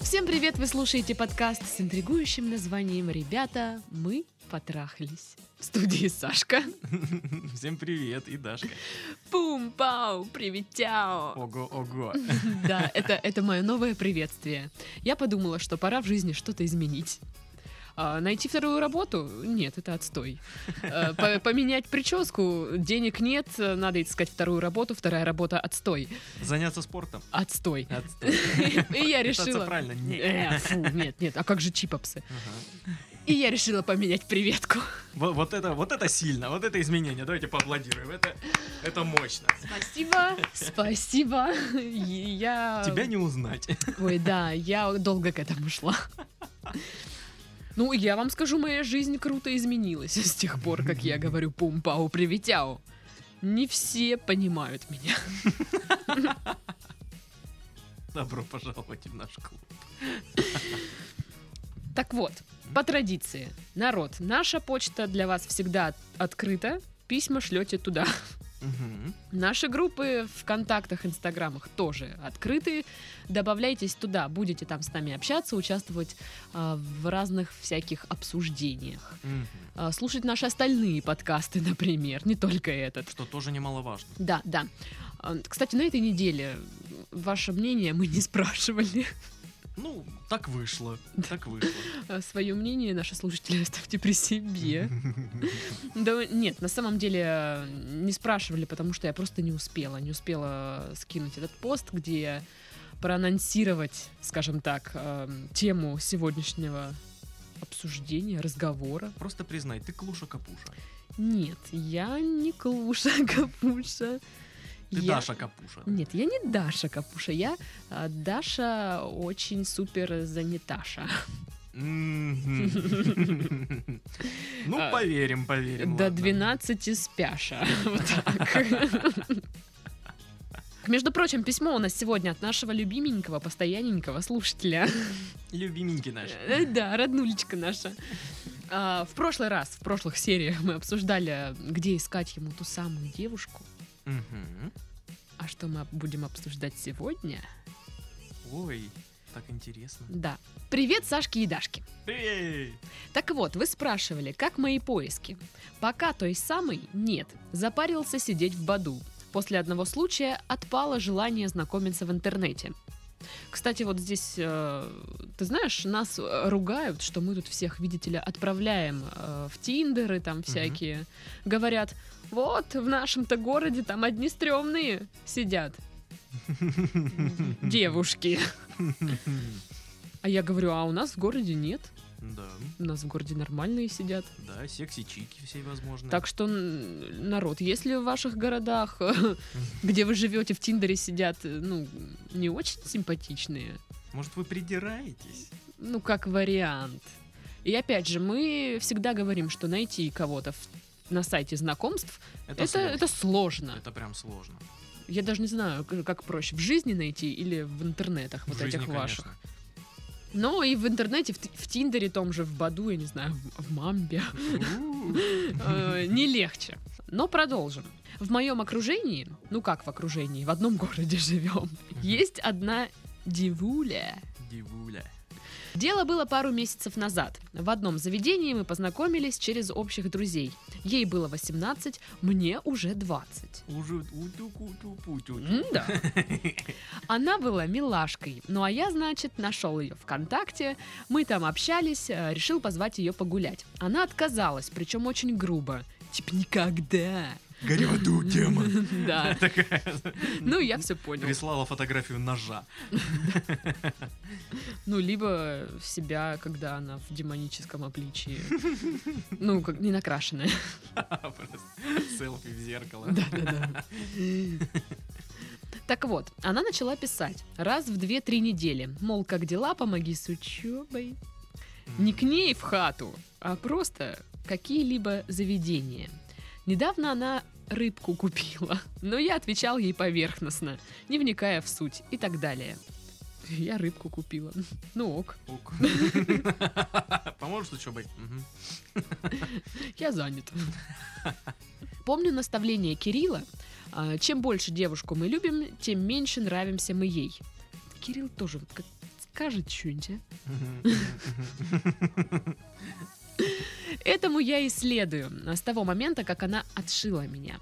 Всем привет! Вы слушаете подкаст с интригующим названием «Ребята, мы потрахались». В студии Сашка. Всем привет, и Дашка. Пум-пау, приветяо. Ого-ого. Да, это, это мое новое приветствие. Я подумала, что пора в жизни что-то изменить. А, найти вторую работу? Нет, это отстой. Э, по- поменять прическу? Денег нет, э, надо искать вторую работу, вторая работа отстой. Заняться спортом? Отстой. Отстой. И я Питаться решила... правильно? Нет. Э, фу, нет, нет, а как же чипопсы? Ага. И я решила поменять приветку. Во- Вот это, вот это сильно, вот это изменение. Давайте поаплодируем. Это, это мощно. Спасибо, спасибо. И Я... Тебя не узнать. Ой, да, я долго к этому шла. Ну, я вам скажу, моя жизнь круто изменилась с тех пор, как я говорю пум-пау, привитяу. Не все понимают меня. Добро пожаловать в наш клуб. Так вот, по традиции, народ, наша почта для вас всегда открыта. Письма шлете туда. Мгм. Наши группы в контактах, инстаграмах тоже открыты. Добавляйтесь туда, будете там с нами общаться, участвовать а, в разных всяких обсуждениях. Мгм. А, слушать наши остальные подкасты, например, не только этот. Что тоже немаловажно. Да, да. А, Кстати, на этой неделе ваше мнение мы не спрашивали. Ну, так вышло. Так вышло. э, Свое мнение наши слушатели оставьте при себе. Да нет, на самом деле э, не спрашивали, потому что я просто не успела. Не успела скинуть этот пост, где проанонсировать, скажем так, эм, тему сегодняшнего обсуждения, разговора. Просто признай, ты клуша-капуша. Нет, я не Клуша Капуша. Ты Я- Даша-капуша. Нет, я не Даша Капуша, я э, Даша очень супер заняташа. Мгм. А, Ну, поверим, поверим. До ладно. 12 спяша. Вот так. Между прочим, письмо у нас сегодня от нашего любименького, постоянненького слушателя. Любименький наш. Э, Да, роднулечка наша. А, В прошлый раз, в прошлых сериях мы обсуждали, где искать ему ту самую девушку. Мгм. А что мы будем обсуждать сегодня? Ой, так интересно. Да. Привет, Сашки и Дашки. Эй! Так вот, вы спрашивали, как мои поиски? Пока той самой нет. Запарился сидеть в Баду. После одного случая отпало желание знакомиться в интернете. Кстати, вот здесь, э, ты знаешь, нас э, ругают, что мы тут всех, видите ли, отправляем э, в Тиндеры там всякие. Говорят, вот, в нашем-то городе там одни стрёмные сидят. Девушки. А я говорю, а у нас в городе нет. Да, У нас в городе нормальные сидят. да, секси-чики все возможные. Так что, н- народ, если в ваших городах, где вы живете, в Тиндере сидят, э, ну, не очень симпатичные, Может, вы придираетесь? ну, как вариант. И опять же, мы всегда говорим, что найти кого-то в- на сайте знакомств, это, это, сложно. сложно. Это прям сложно. Я даже не знаю, к- как проще, в жизни найти или в интернетах В вот жизни, этих ваших. конечно. Ну, и в интернете, в, Ти- в Тиндере том же, в Баду, я не знаю, в- в Мамбе. У, Э, не легче. Но продолжим. В моем окружении, ну как в окружении, в одном городе живем, есть одна девуля. Дивуля. Дело было пару месяцев назад. В одном заведении мы познакомились через общих друзей. Ей было 18, мне уже 20. Уже утюку-тупу-тю. Да. Она была милашкой, ну а я, значит, нашел ее ВКонтакте, мы там общались, э, решил позвать ее погулять. Она отказалась, причем очень грубо. Типа никогда. Горю в аду, демон. Да. Такая Ну, я все понял. Прислала фотографию ножа. Ну, либо в себя, когда она в демоническом обличии. Ну, как не накрашенная. Просто Селфи в зеркало. Да-да-да. Так вот, она начала писать раз в 2-3 недели. Мол, как дела, помоги с учебой. Не к ней в хату, а просто какие-либо заведения. Недавно она рыбку купила, но я отвечал ей поверхностно, не вникая в суть и так далее. Я рыбку купила. Ну ок, Ук. Поможешь с учебой? Мгм. Я занят. Помню наставление Кирилла. а, Чем больше девушку мы любим, тем меньше нравимся мы ей. Кирилл тоже вот как скажет что-нибудь, а? Мгм, мгм, мгм. Этому я и следую с того момента, как она отшила меня.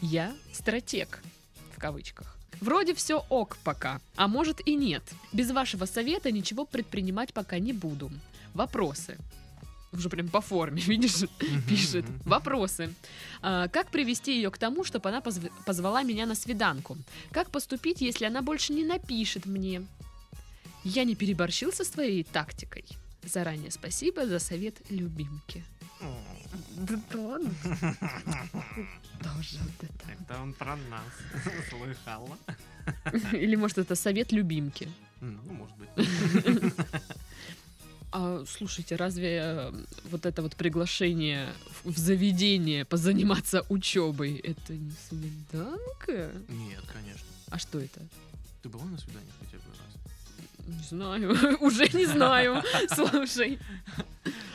Я стратег, в кавычках. Вроде все ок пока, а может и нет. Без вашего совета ничего предпринимать пока не буду. Вопросы. Уже прям по форме, видишь, пишет. Вопросы. А, как привести ее к тому, чтобы она позв- позвала меня на свиданку? Как поступить, если она больше не напишет мне? Я не переборщил со своей тактикой. Заранее спасибо за совет любимки. Да ладно. Тоже вот Это он про нас слыхала. это. Или, может, это совет любимки. Ну, может быть. А, слушайте, разве э, вот это вот приглашение в в заведение позаниматься учебой, это не свиданка? Нет, конечно. А что это? Ты была на свидании хотя бы раз? Не знаю, уже не знаю. Слушай.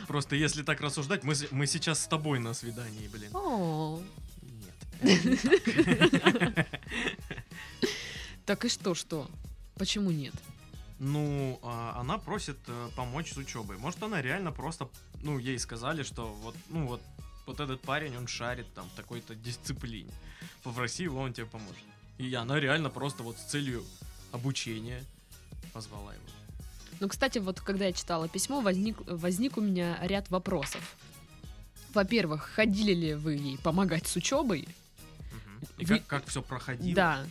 Просто если так рассуждать, мы, с- мы сейчас с тобой на свидании, блин. О, Нет. это не так. Так и что, что? Почему нет? Ну, а, она просит э, помочь с учебой. Может, она реально просто, ну, ей сказали, что вот, ну, вот, вот этот парень, он шарит там в такой-то дисциплине. Попроси его, он тебе поможет. И она реально просто вот с целью обучения позвала его. Ну, кстати, вот когда я читала письмо, возник, возник у меня ряд вопросов. Во-первых, ходили ли вы ей помогать с учебой? Мгм. И Вы- как, как все проходило. Да.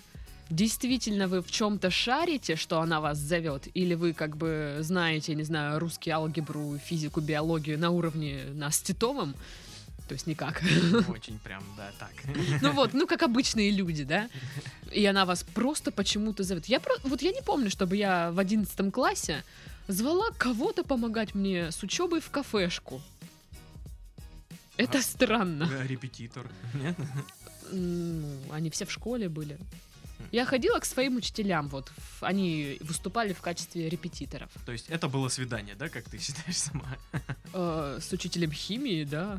Действительно, вы в чем-то шарите, что она вас зовет? Или вы как бы знаете, не знаю, русский алгебру, физику, биологию на уровне нас с Титовым? То есть никак. Очень прям, да, так. Ну вот, ну как обычные люди, да? И она вас просто почему-то зовет. Я про- вот я не помню, чтобы я в 11 классе звала кого-то помогать мне с учебой в кафешку. Это А. странно. Э, Репетитор. Нет? Ну, они все в школе были. Я ходила к своим учителям, вот в- они выступали в качестве репетиторов. То есть это было свидание, да, как ты считаешь сама? Э, с учителем химии, да.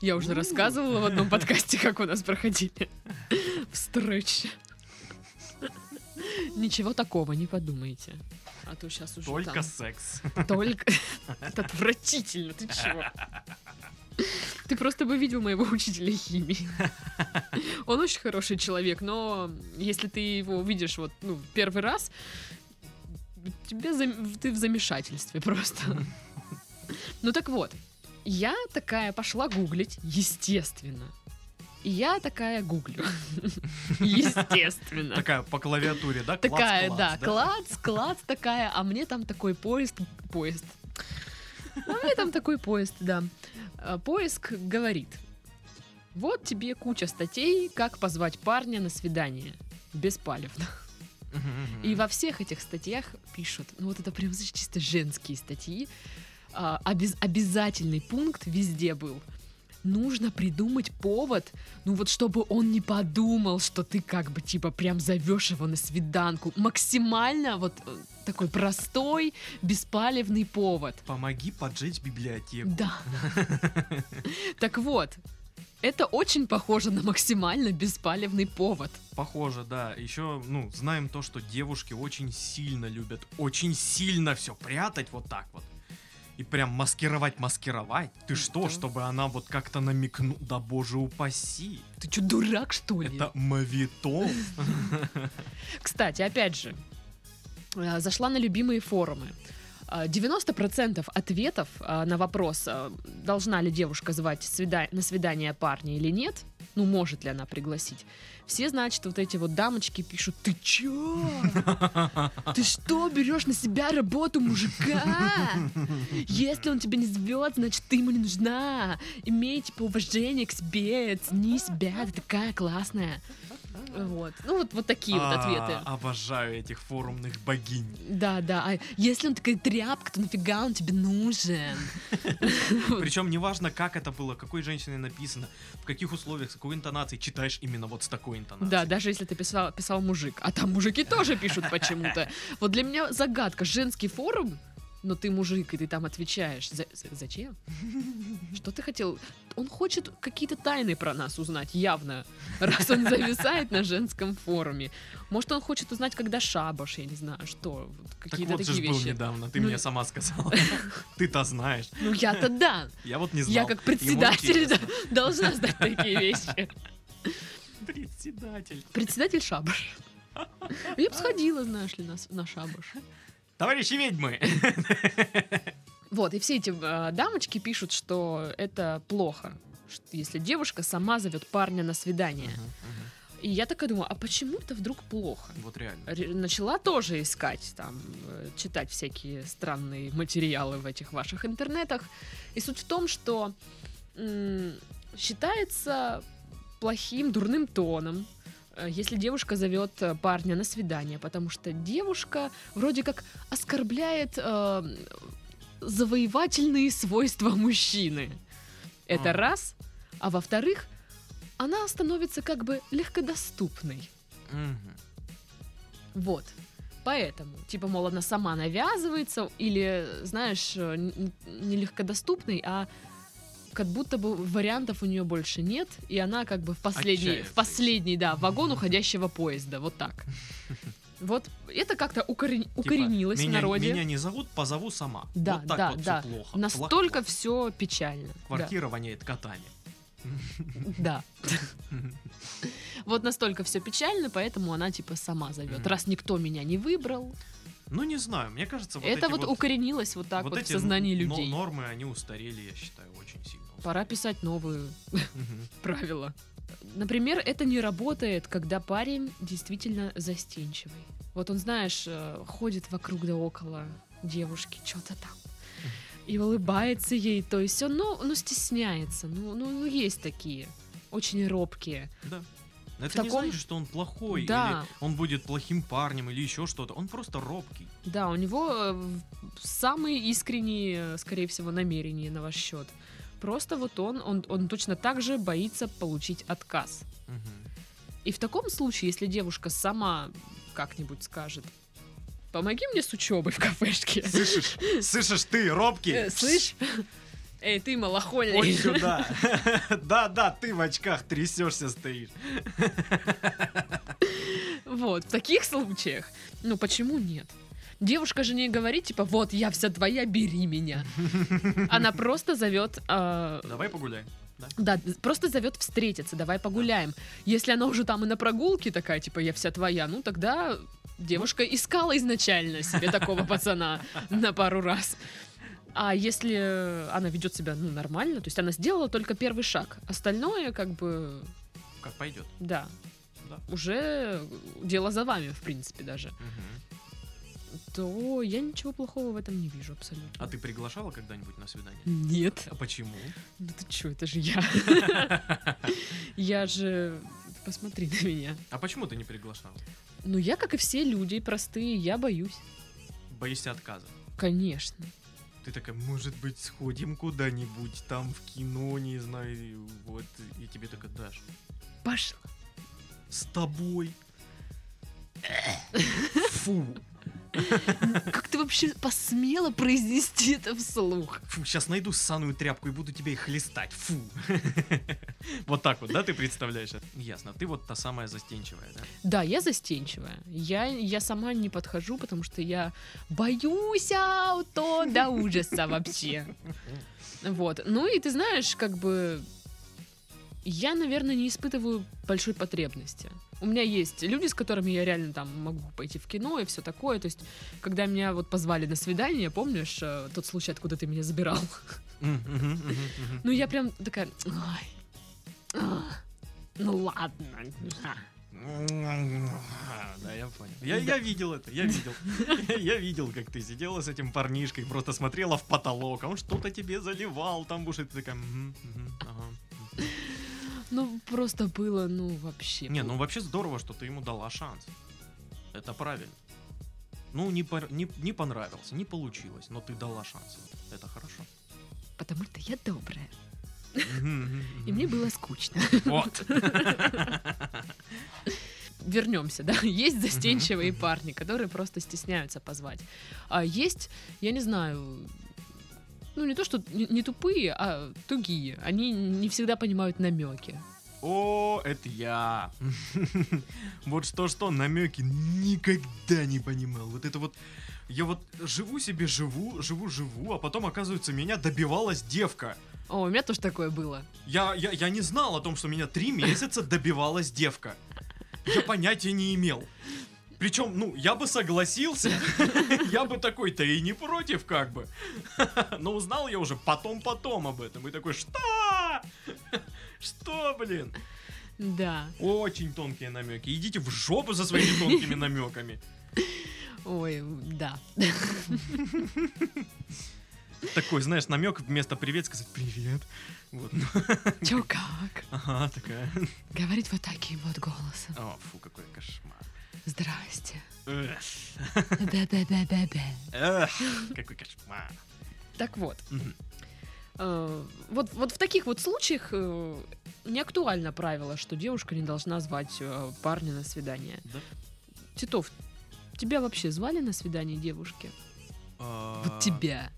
Я уже рассказывала в одном подкасте, как у нас проходили встречи. Ничего такого, не подумайте. А то сейчас уже Только там секс. только... Это отвратительно, ты чего? Ты просто бы видел моего учителя химии. Он очень хороший человек, но если ты его видишь вот ну, в первый раз, тебе зам- ты в замешательстве просто. Ну так вот, я такая пошла гуглить, естественно. И я такая гуглю. Естественно. Такая по клавиатуре, да? клац, Такая, клац, да, клац, клац такая, а мне там такой поезд, поезд. А мне там такой поезд, да. Э, Поиск говорит. Вот тебе куча статей, как позвать парня на свидание. Беспалевно. Мгм, мгм. И во всех этих статьях пишут, ну вот это прям знаешь, чисто женские статьи, а, обяз- обязательный пункт везде был. Нужно придумать повод, ну вот чтобы он не подумал, что ты как бы типа прям зовешь его на свиданку. Максимально вот э, такой простой, беспалевный повод. Помоги поджечь библиотеку. Да. Так вот, это очень похоже на максимально беспалевный повод. Похоже, да. Еще, ну, знаем то, что девушки очень сильно любят, очень сильно все прятать вот так вот. И прям маскировать, маскировать. Ты что, Да. чтобы она вот как-то намекнула? Да боже упаси. Ты что, дурак что ли? Это мавитон. Кстати, опять же, э, зашла на любимые форумы. Э, 90% ответов э, на вопрос, э, должна ли девушка звать свида- на свидание парня или нет, ну, может ли она пригласить, все, значит, вот эти вот дамочки пишут, ты чё? Ты что, берешь на себя работу мужика? Если он тебя не звет, значит, ты ему не нужна. Имей, типа, уважение к себе, цени себя, ты такая классная. Вот. Ну, вот, вот такие вот ответы. А, Обожаю этих форумных богинь. Да, да. А если он такая тряпка, то нафига он тебе нужен? Причем неважно, как это было, какой женщиной написано, в каких условиях, с какой интонацией читаешь именно вот с такой интонацией. Да, даже если ты писал, писал мужик. А там мужики тоже пишут почему-то. Вот для меня загадка. Женский форум но ты мужик, и ты там отвечаешь. За- за- зачем? Что ты хотел? Он хочет какие-то тайны про нас узнать, явно, раз он зависает на женском форуме. Может, он хочет узнать, когда шабаш, я не знаю, что, вот Так какие-то вот же ж такие был вещи. недавно, ты Ну и- мне сама сказала. Ты-то знаешь. Ну, я-то да, Я вот не знал. Я как Ему председатель интересно. должна знать такие вещи. Председатель. Председатель шабаш. Я бы сходила, знаешь ли, на, с- на шабаш. Товарищи ведьмы! Вот, и все эти э, дамочки пишут, что это плохо, ш- если девушка сама зовет парня на свидание. Мгм, мгм. И я такая думаю, а почему это вдруг плохо? Вот реально. Ре- Начала тоже искать, там, э, читать всякие странные материалы в этих ваших интернетах. И суть в том, что м, считается плохим, дурным тоном, э, если девушка зовет э, парня на свидание, потому что девушка вроде как оскорбляет э, завоевательные свойства мужчины. Это А. раз. А во-вторых, она становится как бы легкодоступной. Э, Мгм. Вот. Поэтому, типа, мол, она сама навязывается, или, знаешь, э, н- н- не легкодоступный, а как будто бы вариантов у нее больше нет, и она как бы в последний, в Отчаявшаяся. последний, да, вагон уходящего поезда, вот так. Вот это как-то укорен- укоренилось Типа, в меня- народе. Меня не зовут, позову сама. Да, Вот так да, вот всё да. плохо. плохо, Настолько плохо. все печально. Да. Квартира воняет котами. Да. Вот настолько все печально, поэтому она типа сама зовет. Мгм. Раз никто меня не выбрал, Ну, не знаю, мне кажется, вот это эти вот укоренилось вот так вот, в эти сознании но- людей. нормы, они устарели, я считаю, очень сильно. Пора писать новые Мгм. правила. Например, это не работает, когда парень действительно застенчивый. Вот он, знаешь, э, ходит вокруг да около девушки, что-то там. И улыбается ей, то есть он, ну, ну стесняется, ну, ну, ну, есть такие, очень робкие. Да. Но это не таком- значит, что он плохой, Да. или он будет плохим парнем, или еще что-то. Он просто робкий. Да, у него э, в- самые искренние, э, скорее всего, намерения на ваш счет. Просто вот он, он, он точно так же боится получить отказ. Мгм. И в таком случае, если девушка сама как-нибудь скажет, помоги мне с учебой в кафешке. Слышишь? Слышишь ты, робкий? Э, Слышь? Эй, ты Вот малохольный. сюда. Да-да, ты в очках трясешься, стоишь. Вот, в таких случаях. Ну, почему нет? Девушка же не говорит, типа, вот, я вся твоя, бери меня. Она просто зовет... э, Ну, Давай погуляем. Да, просто зовет встретиться, давай погуляем. Если она уже там и на прогулке такая, типа, я вся твоя, ну тогда девушка искала изначально себе такого пацана на пару раз. А если она ведет себя ну, нормально, то есть она сделала только первый шаг, остальное как бы, Как пойдет. да, Да. уже дело за вами, в принципе, даже, то я ничего плохого в этом не вижу абсолютно. А ты приглашала когда-нибудь на свидание? Нет. А почему? Ну ты чё, это же я. Я же... Посмотри на меня. А почему ты не приглашала? Ну, я, как и все люди простые, я боюсь. Боишься отказа. Конечно. Ты такая, может быть, сходим куда-нибудь, там в кино, не знаю, и вот. И тебе такая, Даш, Пошла. с тобой. Фу. Как ты вообще посмела произнести это вслух? Фу, сейчас найду ссаную тряпку и буду тебя и хлестать. Фу. Вот так вот, да, ты представляешь? Ясно. Ты вот та самая застенчивая, да? Да, я застенчивая. Я, я сама не подхожу, потому что я боюсь ауто до ужаса вообще. Вот. Ну и ты знаешь, как бы... Я, наверное, не испытываю большой потребности. У меня есть люди, с которыми я реально там могу пойти в кино и все такое. То есть, когда меня вот позвали на свидание, помнишь э, тот случай, откуда ты меня забирал? М, мгм, мгм, мгм. Ну, я прям такая... «Ай, а, ну ладно. а». Да, я понял. Я, Да. я видел это, я видел. Я видел, как ты сидела с этим парнишкой, просто смотрела в потолок, а он что-то тебе заливал, там будешь и ты такая... «Мгм, мгм, ага, мгм». Ну, просто было, ну, вообще... Не, ну вообще здорово, что ты ему дала шанс. Это правильно. Ну, не, пор- не, не понравился, не получилось, но ты дала шанс. Это хорошо. Потому что я добрая. Мгм, мгм, И мгм. мне было скучно. Вот. вернемся, да, есть застенчивые парни, которые просто стесняются позвать. А есть, я не знаю, ну не то, что не, не тупые, а тугие. Они не всегда понимают намеки. О, это я. Вот что-что, намеки никогда не понимал. Вот это вот... Я вот живу себе, живу, живу, живу, а потом, оказывается, меня добивалась девка. О, у меня тоже такое было. Я, я, я не знал о том, что меня три месяца добивалась девка. Я понятия не имел. Причем, ну, я бы согласился, я бы такой-то и не против, как бы. Но узнал я уже потом-потом об этом. И такой, что? Что, блин? Да. Очень тонкие намеки. Идите в жопу за своими тонкими намеками. Ой, да. Такой, знаешь, намек вместо привет сказать привет. Вот. ну, Чё как? Ага, такая. Говорит вот таким вот голосом. О, фу, какой кошмар. Здрасте. Эх, Да-да-да-да-да. эх, какой кошмар. Так вот, Мгм. э, вот, вот в таких вот случаях э, не актуально правило, что девушка не должна звать э, парня на свидание. Да. Титов, тебя вообще звали на свидание девушки? А, Вот тебя.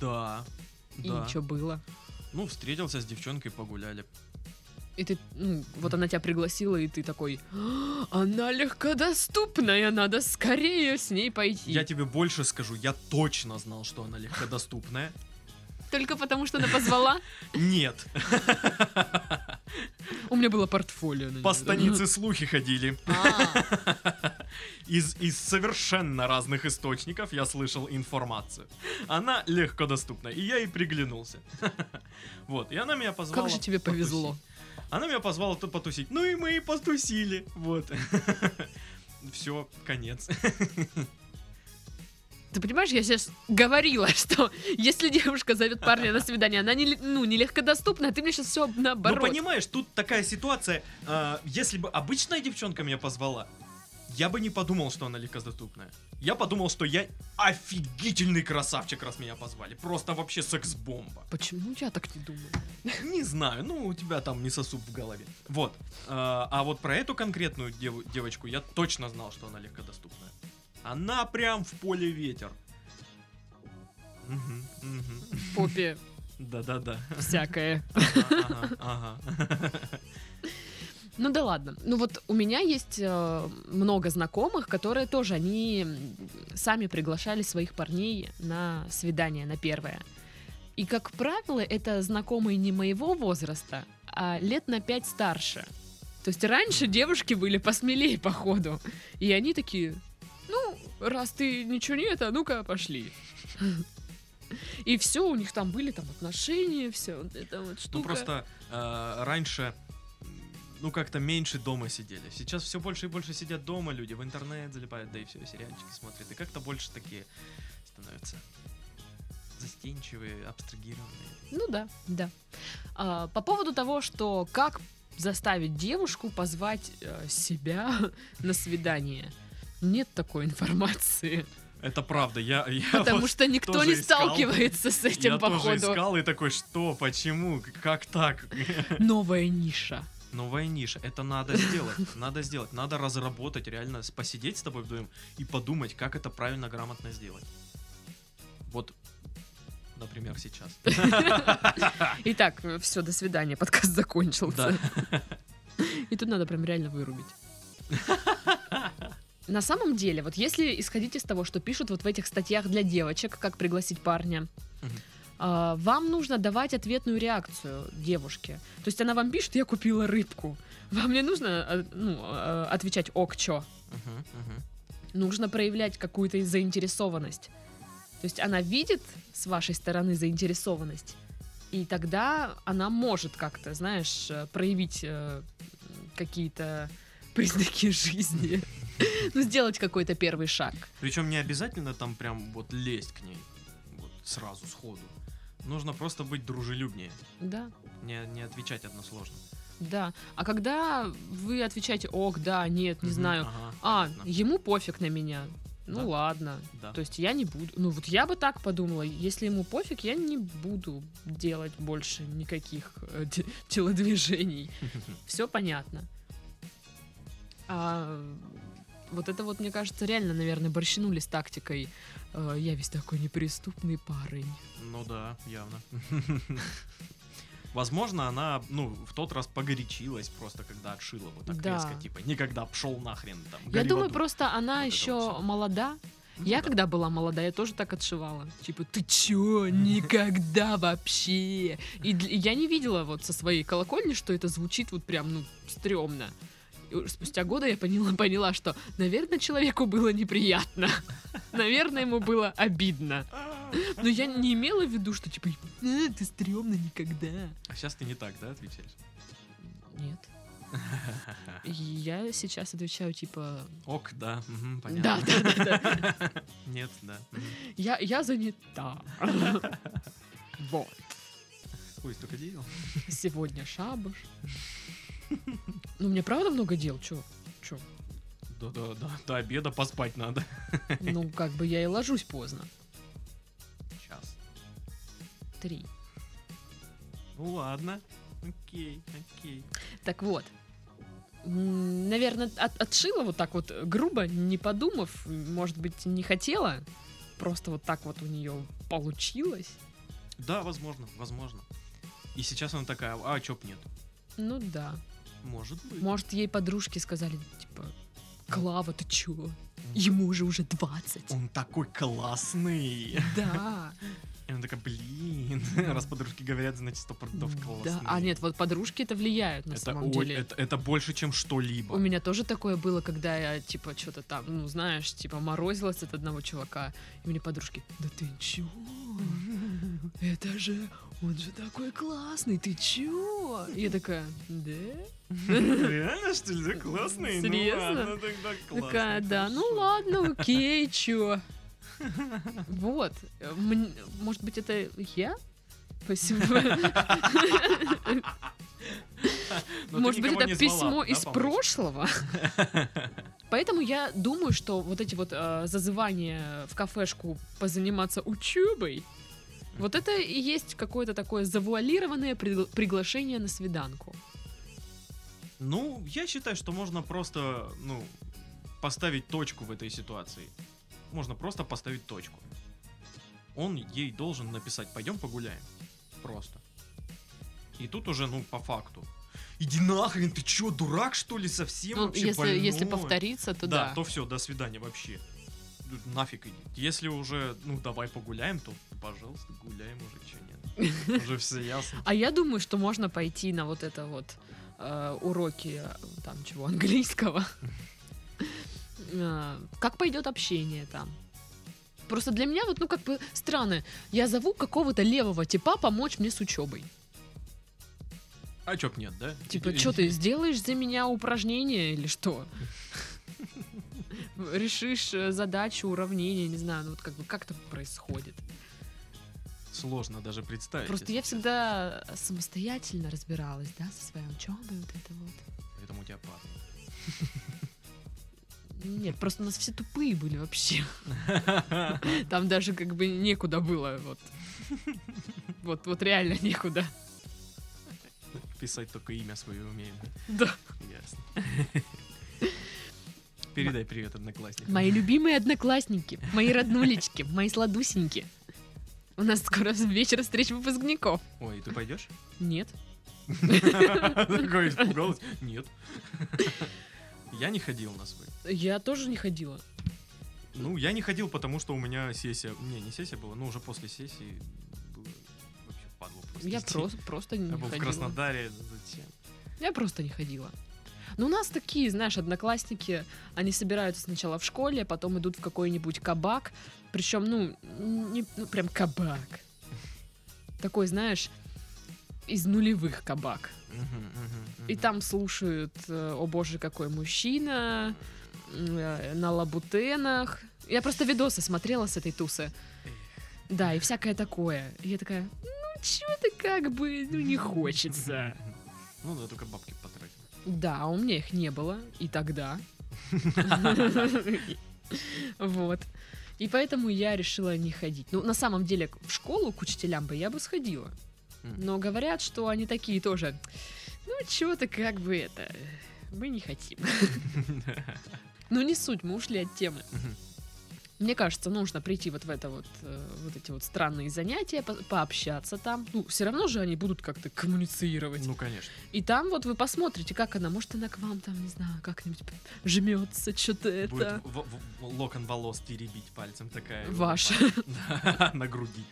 Да. И да. что было? Ну, встретился с девчонкой, погуляли. И ты, ну, вот она тебя пригласила, и ты такой, «А, она легкодоступная, надо скорее с ней пойти. Я типа тебе больше скажу, я точно знал, что она легкодоступная. Только потому, что она позвала? Нет, У меня было портфолио. на неё. по станице слухи ходили. А, Из, из совершенно разных источников я слышал информацию. Она легкодоступна, и я и приглянулся. Вот, и она меня позвала. Как же тебе потусить. повезло. Она меня позвала тут потусить. Ну и мы и потусили. Вот. Все, конец. Ты понимаешь, я сейчас говорила, что если девушка зовет парня на свидание, она не, ле- ну, нелегкодоступна, а ты мне сейчас все Ну наоборот. понимаешь, тут такая ситуация. э, Если бы обычная девчонка меня позвала, я бы не подумал, что она легкодоступная. Я подумал, что я офигительный красавчик, раз меня позвали. Просто вообще секс-бомба. Почему я так не думаю? Не знаю, ну у тебя там не сосуд в голове. Вот. А а вот про эту конкретную деву- девочку я точно знал, что она легкодоступная. Она прям в поле ветер. Мгм, мгм. В попе Да-да-да. всякое. Ага, ага, ага. Ну да ладно. Ну вот у меня есть э, много знакомых, которые тоже, они м, сами приглашали своих парней на свидание, на первое. И, как правило, это знакомые не моего возраста, а лет на пять старше. То есть раньше девушки были посмелее, походу. И они такие, ну, раз ты ничего нет, а ну-ка пошли. И все, у них там были там отношения, все, вот это вот штука. Ну просто э, раньше м, ну как-то меньше дома сидели. Сейчас все больше и больше сидят дома люди, в интернет залипают, да и все, сериальчики смотрят. И как-то больше такие становятся застенчивые, абстрагированные. Ну да, да. А, по поводу того, что как заставить девушку позвать э, себя на свидание. Нет такой информации, Это правда, я, я потому вот что никто не тоже искал. сталкивается с этим я тоже походу. искал и такой, что, почему, К- как так? Новая ниша. Новая ниша, это надо сделать, надо сделать, надо разработать, реально с- посидеть с тобой вдвоем и подумать, как это правильно, грамотно сделать. Вот, например, сейчас. Итак, все, до свидания, подкаст закончился. Да. И тут надо прям реально вырубить. На самом деле, вот если исходить из того, что пишут вот в этих статьях для девочек, как пригласить парня, Мгм. а, вам нужно давать ответную реакцию девушке. То есть она вам пишет, я купила рыбку. Вам не нужно а, ну, а, отвечать ок, чё. Мгм, мгм. Нужно проявлять какую-то заинтересованность. То есть она видит с вашей стороны заинтересованность, и тогда она может как-то, знаешь, э, проявить э, какие-то признаки жизни. Ну, сделать какой-то первый шаг. Причем не обязательно там прям вот лезть к ней, вот сразу, сходу. Нужно просто быть дружелюбнее, Да, не, не отвечать односложно. да. А когда вы отвечаете, ок, да, нет, не Мгм, знаю. ага, А, понятно. ему пофиг на меня. Да. Ну ладно. Да. То есть я не буду. Ну вот я бы так подумала. Если ему пофиг, я не буду делать больше никаких э, те- телодвижений. Все понятно. А, вот это вот, мне кажется, реально, наверное, борщинули с тактикой. э, я весь такой неприступный парень. Ну да, явно. Возможно, она, ну, в тот раз погорячилась просто, когда отшила вот так Да. резко, типа, никогда пшел нахрен там. я гори в думаю, аду». просто она Вот это вот еще всё. молода. Ну я да. когда была молода, я тоже так отшивала. Типа, ты чё, никогда вообще. И дл- и я не видела вот со своей колокольни, что это звучит вот прям, ну, стрёмно. И уж спустя годы я поняла, поняла, что, наверное, человеку было неприятно. Наверное, ему было обидно. Но я не имела в виду, что, типа, «Э, ты стрёмно никогда. А сейчас ты не так, да, отвечаешь? Нет. И Я сейчас отвечаю, типа, Ок, да, мгм, да, понятно. да, да, да. Нет, да. мгм. Я, я занята. Вот. Хуй столько дел. Сегодня шабаш. Ну, мне правда много дел, чё? Чё? Да, да, да. До обеда поспать надо. Ну, как бы я и ложусь поздно. Сейчас. Три. Ну ладно. Окей, окей. Так вот. М, Наверное, от- отшила вот так вот э, грубо, не подумав. Может быть, не хотела. Просто вот так вот у нее получилось. Да, возможно, возможно. И сейчас она такая, а чё б нет? Ну да. Может быть. Может, ей подружки сказали, типа, Клава, ты чё? Мгм. Ему же уже 20. Он такой классный. Да. И она такая, блин. Раз подружки говорят, значит, сто процентов классный. Да, а нет, вот подружки это влияют на это, самом ой, деле. это, это больше, чем У что-либо. меня тоже такое было, когда я, типа, что-то там, ну, знаешь, типа, морозилась от одного чувака. И мне подружки, да ты чё? Это же, он же такой классный, ты чё? И я такая, да? Реально, что ли? Да классный? Серьезно? Ну ладно, тогда классный. такая, да, ну хорошо». ладно, окей, чё? Вот, Э, мн- может быть, это я? Спасибо. Но Ну, ты Может быть, никого это не письмо звала, да, из помочь? прошлого? Поэтому я думаю, что вот эти вот э, зазывания в кафешку позаниматься учебой, вот это и есть какое-то такое завуалированное пригла- приглашение на свиданку. Ну, я считаю, что можно просто, ну, поставить точку в этой ситуации. Можно просто поставить точку. Он ей должен написать, пойдем погуляем. Просто. И тут уже, ну, по факту. Иди нахрен, ты чё, дурак, что ли, совсем Ну, вообще если, если больной?» повториться, то да, да. то все, до свидания вообще. Ну, Нафиг иди. Если уже, ну, давай погуляем, то, пожалуйста, гуляем уже, че нет. Уже все ясно. А я думаю, что можно пойти на вот это вот э, уроки э, там чего английского. Э, Как пойдет общение там? Просто для меня вот ну как бы странно. Я зову какого-то левого типа помочь мне с учебой. А чё б нет, да? Типа, что ты сделаешь за меня упражнение или что? Решишь э, задачу, уравнение, не знаю, ну вот как бы как это происходит. Сложно даже представить. Просто если я всегда э, самостоятельно разбиралась, да, со своей учебой, вот это вот. честно. Поэтому у тебя парни. Нет, просто у нас все тупые были вообще. Там даже как бы некуда было, вот. Вот, вот реально некуда. Писать только имя свое умеем. Да. Ясно. Передай привет одноклассникам. Мои любимые одноклассники, мои роднулечки, мои сладусеньки. У нас скоро вечер встреч выпускников. Ой, ты пойдешь? Нет. Такой испугалась. Нет. Я не ходил на свой. Я тоже не ходила. Ну, я не ходил, потому что у меня сессия... Не, не сессия была, но уже после сессии было вообще падло просто. Я идти. просто, просто не Я был в ходила. Краснодаре, зачем? Я просто не ходила. Но у нас такие, знаешь, одноклассники, они собираются сначала в школе, а потом идут в какой-нибудь кабак. Причем, ну, не, ну, прям кабак. Такой, знаешь, из нулевых кабак. Мгм, мгм, И мгм. там слушают э, «О боже, какой мужчина», э, «На лабутенах». Я просто видосы смотрела с этой тусы. Да, и всякое такое. И я такая, ну чё-то как бы, ну не хочется. Ну да, только бабки потратил. Да, у меня их не было и тогда. Вот. И поэтому я решила не ходить. Ну, на самом деле, к- в школу к учителям бы я бы сходила. Мгм. Но говорят, что они такие тоже. Ну, чего-то как бы это. Мы не хотим. Но не суть, мы ушли от темы. Мгм. Мне кажется, нужно прийти вот в это вот, э, вот эти вот странные занятия, по- пообщаться там. Ну, все равно же они будут как-то коммуницировать. Ну, конечно. И там вот вы посмотрите, как она, может, она к вам там, не знаю, как-нибудь жмется, что-то это. Будет в- в- в- локон волос теребить пальцем такая. его Ваш. на- На груди.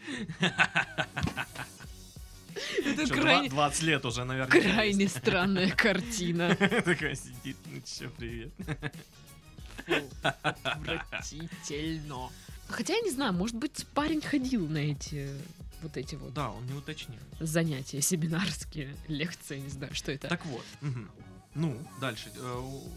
Это Чё, крайне, два- 20 лет уже, наверное. крайне странная картина. Такая сидит, ну чё, привет. Фу, Отвратительно. Хотя я не знаю, может быть, парень ходил на эти вот эти вот Да, он не уточнил. занятия семинарские, лекции, не знаю, что это. Так вот. мгм. Ну, дальше. э, у-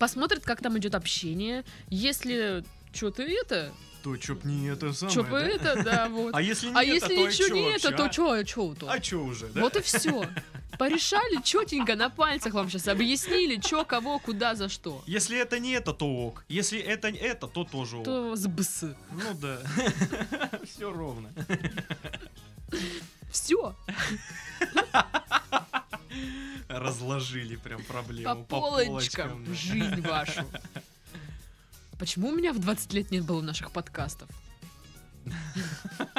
Посмотрит, как там идет общение. Если что-то это, То чё б не это самое, что да? это, да, вот. А если не А это, если то и ничего чё не вообще, это, то а? что, что то? А чё уже, да? Вот и все. Порешали четенько на пальцах вам сейчас объяснили, что, кого, куда, за что. Если это не это, то ок. Если это не это, то тоже ок. То с бс. Ну да. Все ровно. Все. Разложили прям по проблему. полочкам да. жизнь вашу. А Почему у меня в 20 лет нет было наших подкастов?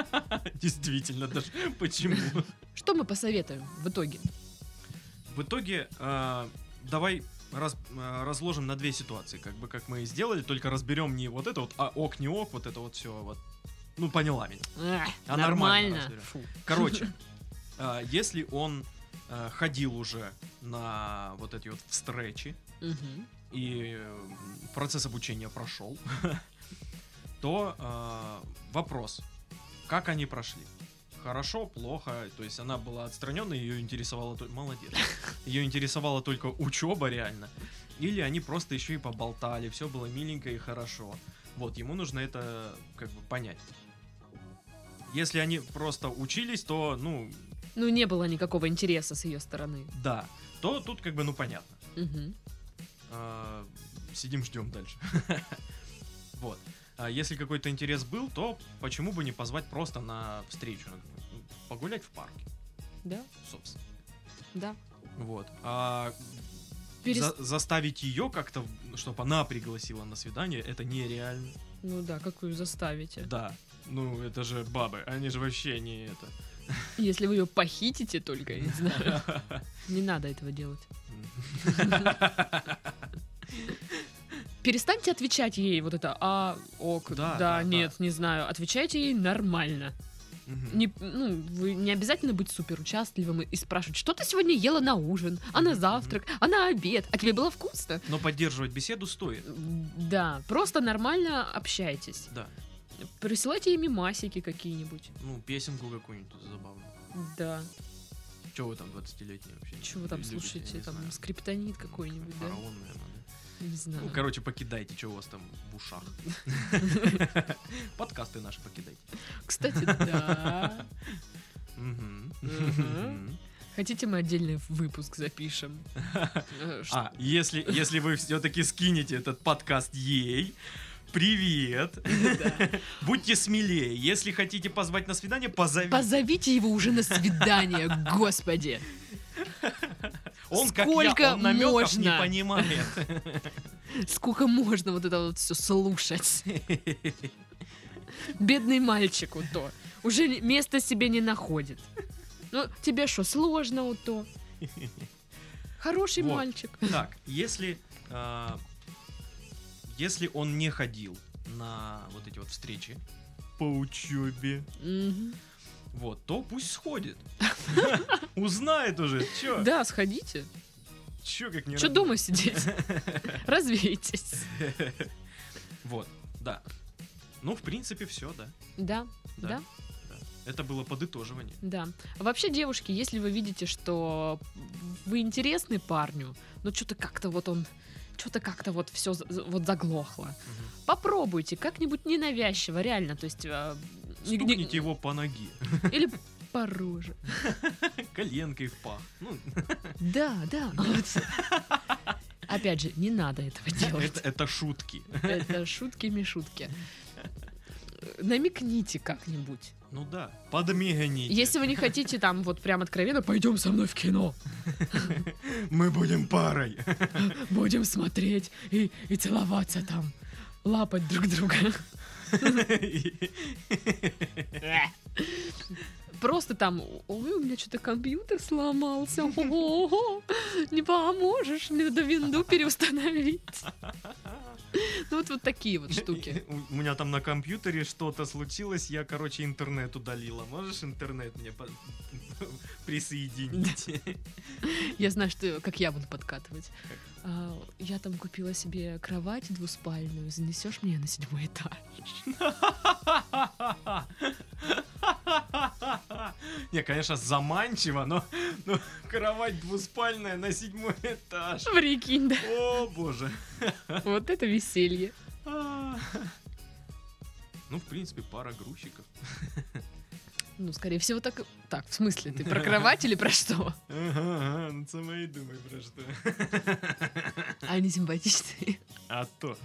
Действительно, даже почему? Что мы посоветуем в итоге? В итоге, э, давай раз- э, разложим на две ситуации, как бы как мы и сделали, только разберем не вот это вот, а ок, не ок, вот это вот все вот. Ну, поняла меня. Эх, А нормально нормально. разберем. Фу. Короче, э, если он э, ходил уже на вот эти вот встречи, Мгм. и э, процесс обучения прошел, то э, вопрос, как они прошли? Хорошо, плохо, то есть она была отстранена, ее интересовала только... Молодец. Ее интересовала только учеба реально. Или они просто еще и поболтали, все было миленько и хорошо. Вот, ему нужно это как бы понять. Если они просто учились, то, ну, Ну, не было никакого интереса с ее стороны. да, то тут как бы, ну, понятно. Мгм. А, сидим, ждем дальше. Вот. А если какой-то интерес был, то почему бы не позвать просто на встречу? на какую-нибудь? Ну, Погулять в парке, Да, собственно. да. Вот. А Перес- за- заставить ее как-то, чтобы она пригласила на свидание, это нереально. Ну да, какую заставите. Да. Ну, это же бабы, они же вообще не это. Если вы ее похитите только, я не знаю. Не надо этого делать. Перестаньте отвечать ей вот это «а», «ок», Да, «да», да, да. «нет», «не знаю». Отвечайте ей нормально. Мгм. Не, ну, вы не обязательно быть супер участливым и, и спрашивать, что ты сегодня ела на ужин, а на Мгм, завтрак, а на обед, а тебе было вкусно? Но поддерживать беседу стоит. Да, просто нормально общайтесь. Да. Присылайте ей мимасики какие-нибудь. Ну, песенку какую-нибудь тут забавную. Да. Чего вы там 20-летние вообще? Чего там любите, я слушаете? не Там знаю. скриптонит какой-нибудь, да? Фараон, наверное, да? Не знаю. Ну, короче, покидайте, что у вас там в ушах. Подкасты наши покидайте. Кстати, да. Мгм. Мгм. Хотите, мы отдельный выпуск запишем? Э, ш- А, если, если вы все-таки скинете этот подкаст ей, привет. да. Будьте смелее. Если хотите позвать на свидание, позовите. Позовите его уже на свидание, господи. Он, как я, Сколько он намеков можно? не понимает. Сколько можно вот это вот все слушать? Бедный мальчик вот то. Уже не- места себе не находит. Ну, тебе что, сложно вот то? Хороший Вот. мальчик. Так, если, а, если он не ходил на вот эти вот встречи по учебе, Мгм. Вот, то пусть сходит. Узнает уже, чё, Да, сходите. чё как не Че родной. дома сидеть? Развейтесь. Вот, да. Ну, в принципе, все, да. Да, Да. да, да. Это было подытоживание. да. А Вообще, девушки, если вы видите, что вы интересны парню, но что-то как-то вот он, что-то как-то вот все вот заглохло. попробуйте как-нибудь ненавязчиво, реально, то есть... э, не- не- Стукните его по ноге, Или по роже. коленкой в пах. Ну, Да, да. вот. Опять же, не надо этого делать. это, это шутки. Это шутки-мишутки. Э, намекните как-нибудь. Ну да, подмигните. Если вы не хотите там вот прям откровенно, пойдем со мной в кино, Мы будем парой. будем смотреть и, и целоваться там, лапать друг друга. Просто там, ой, у меня что-то компьютер сломался, О, не поможешь мне до винду переустановить. Ну вот, вот такие вот штуки. У у меня там на компьютере что-то случилось, я, короче, интернет удалила. Можешь интернет мне по- присоединить? Я знаю, что как я буду подкатывать. А, я там купила себе кровать двуспальную. Занесешь мне на седьмой этаж? Не, конечно, заманчиво, но, но кровать двуспальная на седьмой этаж. Прикинь, да? О, боже. Вот это веселье. А. Ну, в принципе, пара грузчиков. Ну, скорее всего, так... и- Так, в смысле, ты про кровать или про что? Ага, ага, ну сама и думай про что. Они симпатичные. А то.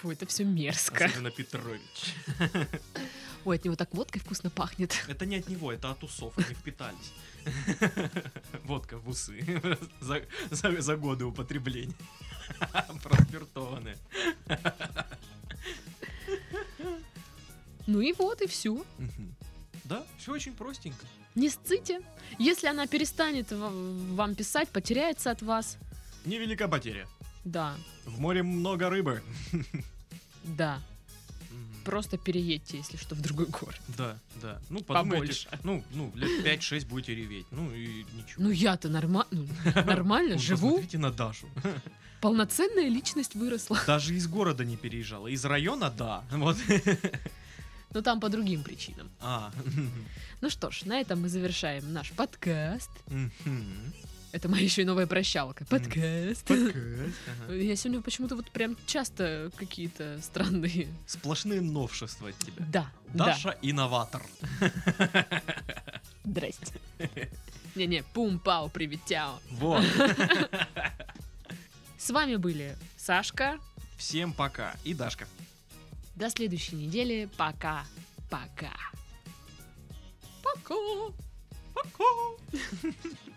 Фу, это все мерзко. Особенно Петрович. Ой, от него так водкой вкусно пахнет. Это не от него, это от усов, они впитались. Водка в усы. За, за- за годы употребления. Проспиртованные. Ну и вот, и все. Да, все очень простенько. Не сците. Если она перестанет в- вам писать, потеряется от вас. Невелика потеря. Да, В море много рыбы. да. Просто переедьте, если что, в другой город. Да, да. Ну, Побольше. подумайте. Ну, ну, лет 5-6 будете реветь. Ну и ничего. Ну я-то норма- ну, нормально Вы живу. Посмотрите на Дашу. Полноценная личность выросла. Даже из города не переезжала. Из района, да. Вот. Но там по другим причинам. А. Ну что ж, на этом мы завершаем наш подкаст. Мгм. Это моя еще и новая прощалка. Подкаст. Подкаст. Ага. Я сегодня почему-то вот прям часто какие-то странные. Сплошные новшества от тебя. Да, да. Даша инноватор. Здрасте. Не-не, пум-пау, привет-тяо. Вот. С вами были Сашка. Всем пока. И Дашка. До следующей недели. Пока. Пока. Пока. Пока.